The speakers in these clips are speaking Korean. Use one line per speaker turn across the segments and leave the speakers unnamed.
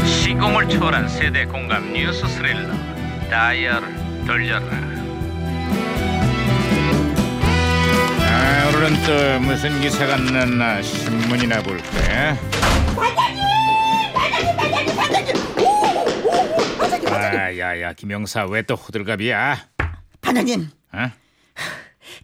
격차를 초월한 세대 공감 뉴스 스릴러 다이얼을 돌려라
아, 오늘은 또 무슨 기사가 났나 신문이나 볼까?
반장님, 반장님,
아, 야야, 김영사 왜 또 호들갑이야?
반장님,
어?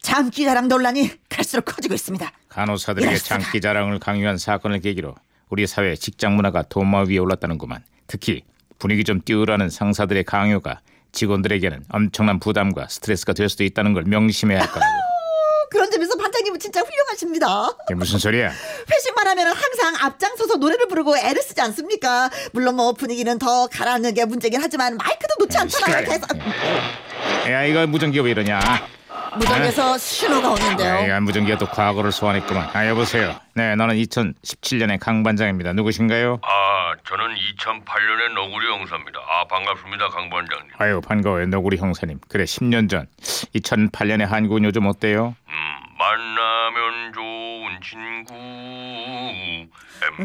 잠기 자랑 논란이 갈수록 커지고 있습니다.
간호사들에게
이럴수가.
장기 자랑을 강요한 사건을 계기로 우리 사회 직장 문화가 도마 위에 올랐다는구만. 특히 분위기 좀 띄우라는 상사들의 강요가 직원들에게는 엄청난 부담과 스트레스가 될 수도 있다는 걸 명심해야 할 거라고.
어, 그런 점에서 반장님은 진짜 훌륭하십니다.
이게 무슨 소리야?
회식만 하면 항상 앞장서서 노래를 부르고 애를 쓰지 않습니까? 물론 뭐 분위기는 더 가라앉는 게 문제긴 하지만 마이크도 놓지 않잖아요. 계속
야, 이거 무전기 왜 이러냐?
무전에서 신호가
야,
오는데요.
이거 무전기가 또 과거를 소환했구만. 아, 여보세요. 네, 나는 2017년의 강 반장입니다. 누구신가요?
아, 저는 2008년의 너구리 형사입니다. 아, 반갑습니다, 강 반장님.
아유 반가워요 너구리 형사님 그래 10년 전 2008년에 한국은 요즘 어때요?
음, 만나면 좋은 친구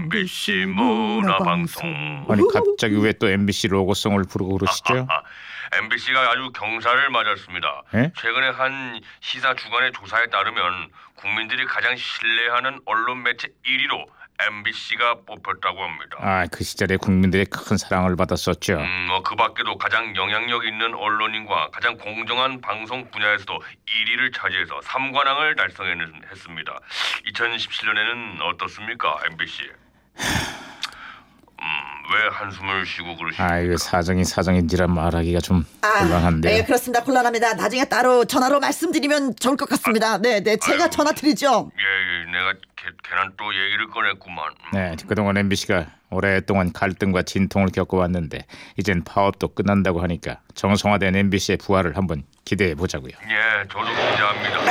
MBC 문화방송.
아니 갑자기 왜 또 MBC 로고송을 부르고 그러시죠?
아, MBC가 아주 경사를 맞았습니다.
예?
최근에 한 시사 주간의 조사에 따르면 국민들이 가장 신뢰하는 언론 매체 1위로 MBC가 뽑혔다고 합니다.
아 그 시절에 국민들의 큰 사랑을 받았었죠
음, 뭐 그 밖에도 가장 영향력 있는 언론인과 가장 공정한 방송 분야에서도 1위를 차지해서 3관왕을 달성했습니다. 2017년에는 어떻습니까, MBC? 음, 왜 한숨을 쉬고 그러시죠?
아이 왜 사정이 사정인지라 말하기가 좀
네,
곤란한데
그렇습니다. 곤란합니다. 나중에 따로 전화로 말씀드리면 좋을 것 같습니다. 네, 네, 제가 전화 드리죠.
예, 예, 내가 걔, 걔는 또 얘기를 꺼냈구만. 음,
네 그동안 MBC가 오랫동안 갈등과 진통을 겪어왔는데 이젠 파업도 끝난다고 하니까 정성화된 MBC의 부활을 한번 기대해 보자고요
예, 저도
어,
기대합니다.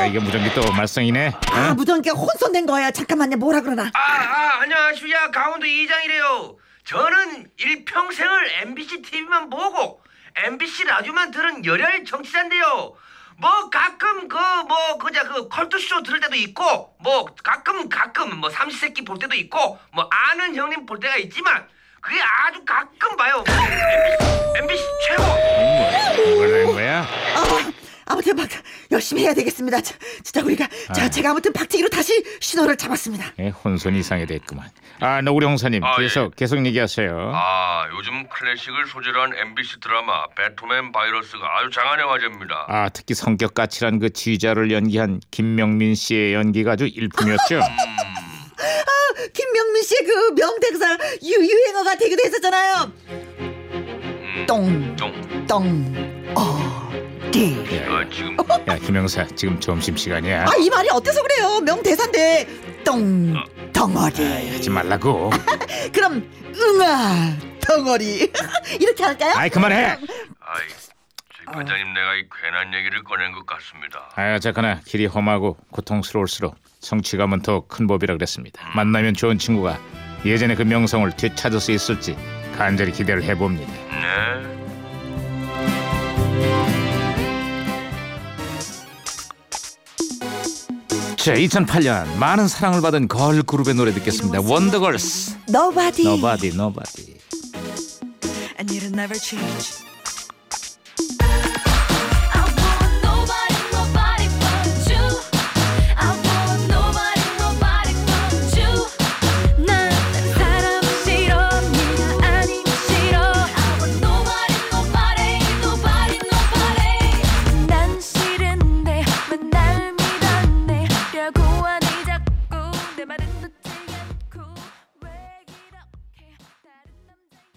야
어,
이게 무전기 또 말썽이네
아, 무전기가 혼선된 거예요. 잠깐만요. 뭐라 그러나?
아, 아 안녕하십니까 강원도 이장이래요. 저는 일평생을 MBC TV만 보고 MBC 라디오만 들은 열혈 정치자인데요. 뭐 가끔 그 뭐 그자 그 컬투쇼 들을 때도 있고 뭐 가끔 가끔 뭐 삼시세끼 볼 때도 있고 뭐 아는 형님 볼 때가 있지만 그게 아주 가끔 봐요. MBC, MBC 최고.
뭐라는 거야?
아, 아무튼 막 열심히 해야 되겠습니다. 자, 진짜 우리가 자, 제가 아무튼 박치기로 다시 신호를 잡았습니다.
예, 혼선이 이상이 됐구만. 아, 너구리 형사님
아,
계속 계속 얘기하세요.
아, 요즘 클래식을 소재로 한 MBC 드라마 배트맨 바이러스가 아주 장안의 화제입니다.
아, 특히 성격 까칠한 그 지휘자를 연기한 김명민 씨의 연기가 아주 일품이었죠.
김명민 씨의 그 명대사 유, 유행어가 되기도 했었잖아요. 똥,
좀,
똥, 어, 어디.
아, 지금
야, 김영사 지금 점심 시간이야.
아, 이 말이 어때서 그래요? 명대사인데. 똥, 덩어리.
아, 예, 하지 말라고.
그럼, 응아, 덩어리. 이렇게 할까요?
아이, 그만해.
아이, 저희 반장님 내가 이 괜한 얘기를 꺼낸 것 같습니다.
아, 잠깐아. 길이 험하고 고통스러울수록 성취감은 더 큰 법이라 그랬습니다. 만나면 좋은 친구가 예전의 그 명성을 되찾을 수 있을지 간절히 기대를 해봅니다.
네.
자, 2008년 많은 사랑을 받은 걸 그룹의 노래 듣겠습니다. 원더걸스,
Nobody.
Nobody, Nobody.
and you'll never change.